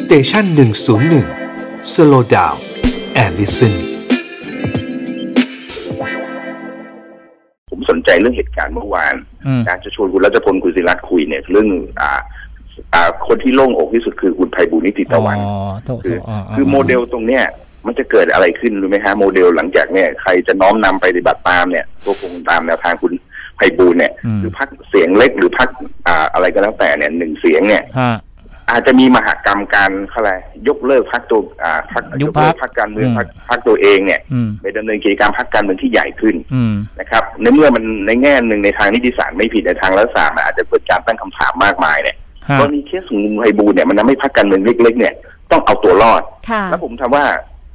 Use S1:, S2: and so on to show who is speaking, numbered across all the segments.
S1: สเตชันหนึ่งศูนย์หนึ่งสโลดาวแอลลิสัน
S2: ผมสนใจเรื่องเหตุการณ์เมื่อวาน
S3: อืม
S2: นะจะชวนคุณรัชพลคุณศิรัตน์คุยเนี่ยเรื่องอ่าอ่าคนที่โล่งอกที่สุดคือคุณไพบุญนิติตะวัน
S3: อ๋อโถ
S2: คื
S3: โถ
S2: ออ
S3: อ๋อ
S2: คือโมเดลตรงเนี้ยมันจะเกิดอะไรขึ้นรู้ไหมฮะโมเดลหลังจากเนี่ยใครจะน้อมนำไปปฏิบัติตามเนี่ยตัวคงตามแนวทางคุณไพบูลย์เนี่ยหรือพักเสียงเล็กหรือพักอ่าอะไรก็แล้วแต่เนี่ยหนึ่งเสียงเนี่ย
S3: ฮะ
S2: อาจจะมีมหากรรมการอะไรยกเลิกพักตัวอ่าพัก
S3: ยุ
S2: ย
S3: บ
S2: กเลิก
S3: พร
S2: พั
S3: รค
S2: กการเมือง
S3: อืม
S2: พักพักตัวเองเนี่ย
S3: อืม
S2: ไปดำเนินกิจกรรมพักการเมืองที่ใหญ่ขึ้น
S3: อืม
S2: นะครับในเมื่อมันในแง่หนึ่งในทางนิติศาสตร์ไม่ผิดในทางรัฐศาสตร์มันอาจจะเกิดการตั้งคำถามมากมายเนี่ย
S3: ฮะ
S2: กรณีเคสของลุงไพบูลย์เนี่ยมันทำให้พรรคการเมืองเล็กๆเนี่ยต้องเอาตัวรอด
S4: ค่ะ
S2: แล้วผมทำว่า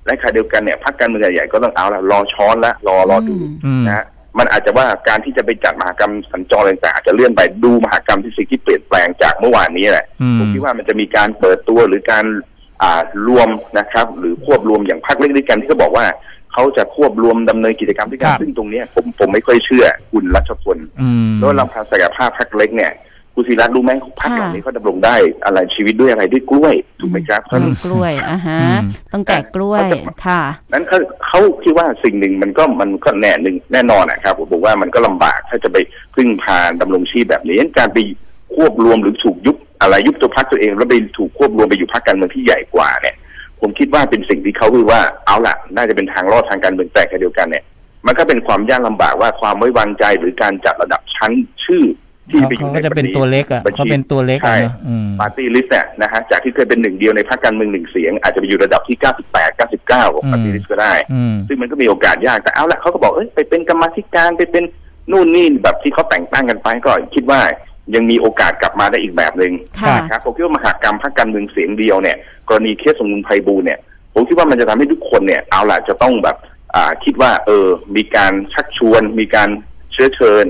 S2: ในขณะเดียวกันเนี่ยพรรคการเมืองใหญ่ๆก็ต้องเอาละรอช้อนละรอรอดู
S4: อืม
S3: อืม
S2: นะฮะมันอาจจะว่าการที่จะไปจัดมหากรรมสัญจรอะไรต่างๆอาจจะเลื่อนไปดูมหากรรมที่สิ่งที่เปลี่ยนแปลงจากเมื่อวานนี้แหละ
S3: อืม
S2: ผมคิดว่ามันจะมีการเปิดตัวหรือการอ่ารวมนะครับ หรือควบรวมอย่างพรรคเล็กด้วยกันที่เขาบอกว่าเขาจะควบรวมดำเนินกิจกรรมด้วยกั
S3: คน รับ
S2: ซึ่งตรงเนี้ยผมผมไม่ค่อยเชื่อคุณรัชพล
S3: อืม
S2: แล้วลำพังศักยภาพพักเล็กเนี่ยคุณศิรัตน์รู้ไหมพักเหล่านี้เขาดำรงได้อะไรชีวิตด้วยอะไรด้วยกล้วยถูกไหมครับเพ
S4: ป
S2: ราะฉะ
S4: ลู
S2: นั้
S4: ก
S2: น
S4: กล้วยอ่ะฮะ
S3: อืม
S4: ต้องแจกกล้วย
S2: เขาจะ
S4: ค่ะ
S2: นั้นเขาเขาคิดว่าสิ่งหนึ่งมันก็มันก็แน่หนึ่งแน่นอนนะครับผมบอกว่ามันก็ลำบากถ้าจะไปพึ่งพาดำรงชีพแบบนี้งั้นการไปควบรวมหรือถูกยุบอะไรยุบตัวพักตัวเอง แล้วไปถูกควบรวมไปอยู่พักการเมืองที่ใหญ่กว่าเนี่ย ผมคิดว่าเป็นสิ่งที่เขาคือว่าเอาละน่าจะเป็นทางรอดทางการเมืองแต่ขณะเดียวกันเนี่ย มันก็เป็นความยากลำบากว่าความไว้วางใจหรือการจัดระดับชั้นชื่อที่ไปอยู่
S3: เขา
S2: ใน
S3: ก็จะเป็น
S2: บัญชี
S3: ตัวเล็กอ่ะ
S2: บัญชี
S3: เขาเป็นตัวเล็ก
S2: ใช่
S3: อ่ะเนอะอืม
S2: ปาร์ตี้ลิสต์เนี่ยนะฮะจากที่เคยเป็นหนึ่งเดียวในพรรคการเมืองหนึ่งเสียง อาจจะไปอยู่ระดับที่ 98 99 ของปาร์ตี้
S3: อืม
S2: ลิสต์ก็ได้
S3: อืม
S2: ซึ่งมันก็มีโอกาสยาก แต่เอาละเขาก็บอกเอ้ยไปเป็นกรรมาธิการไปเป็นนู่นนี่แบบที่เขาแต่งตั้งกันไปก็คิดว่ายังมีโอกาสกลับมาได้อีกแบบหนึ่ง
S4: ค่ะ
S2: นะครับผมคิดว่ามหากรรมพรรคการเมืองเสียงเดียวเนี่ยกรณีเคสของลุงไพบูลย์เนี่ยผมคิดว่ามันจะทำให้ทุกคนเนี่ยเอาละจะต้องแบบอ่าคิดว่าเออมีการชักชวน มีการเชื้อเชิญ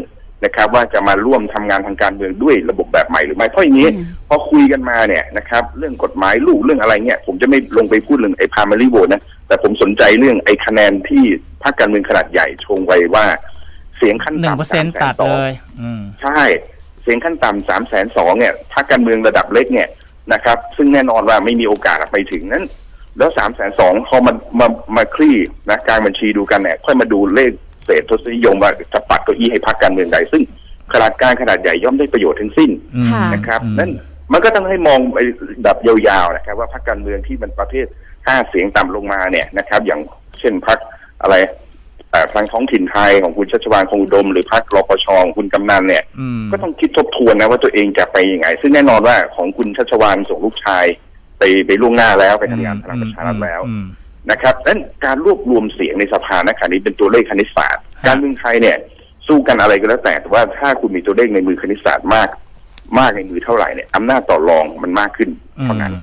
S2: นะครับ ว่าจะมาร่วมทำงานทางการเมืองด้วยระบบแบบใหม่หรือไม่เพราะอย่างนี้
S4: อืม
S2: พอคุยกันมาเนี่ยนะครับเรื่องกฎหมายลูกเรื่องอะไรเนี่ยผมจะไม่ลงไปพูดเรื่องไอ้พามารีโวนะ แต่ผมสนใจเรื่องไอ้คะแนนที่พรรคการเมืองขนาดใหญ่ชงไว้ว่า เสียงขั้น
S3: หนึ่ง
S2: ต่ำ
S3: เปอร์เซ็นต์ตัด
S2: 302,000
S3: เลย อืม
S2: ใช่ เสียงขั้นต่ำสามแสนสองเนี่ยพรรคการเมืองระดับเล็กเนี่ยนะครับ ซึ่งแน่นอนว่าไม่มีโอกาสไปถึงนั้น แล้วสามแสนสองพอมันมามาคลี่นะกลางบัญชีดูกันเนี่ยค่อยมาดูเลขเศษทศนิยมว่าจะปัดเก้าอี้ให้พรรคการเมืองใดซึ่งขนาดกลางขนาดใหญ่ย่อมได้ประโยชน์ทั้งสิ้น
S3: อืม
S4: ค่ะ
S2: นะครับ
S3: อืม
S2: นั่นมันก็ต้องให้มองไปแบบยาวๆนะครับ ว่าพรรคการเมืองที่มันประเภทห้าเสียงต่ำลงมาเนี่ยนะครับ อย่างเช่นพรรคอะไรเอ่อทางท้องถิ่นไทยของคุณชัชวานคงอุดม หรือพรรครปชของคุณกำนันเนี่ย
S3: อืม
S2: ก็ต้องคิดทบทวนนะว่าตัวเองจะไปยังไง ซึ่งแน่นอนว่าของคุณชัชวานส่งลูกชาย ไปไปล่วงหน้าแล้วไปทำงานพลังประชารัฐแล้ว
S3: อืม
S2: นะครับนั้นการรวบรวมเสียงในสภาณขณะนี้เป็นตัวเลขคณิตศาสตร์ การเมืองไทยเนี่ย สู้กันอะไรก็แล้วแต่แต่ว่าถ้าคุณมีตัวเลขในมือคณิตศาสตร์มาก มากในมือเท่าไหร่เนี่ยอำนาจต่อรองมันมากขึ้น
S3: อืม
S2: เท่านั้น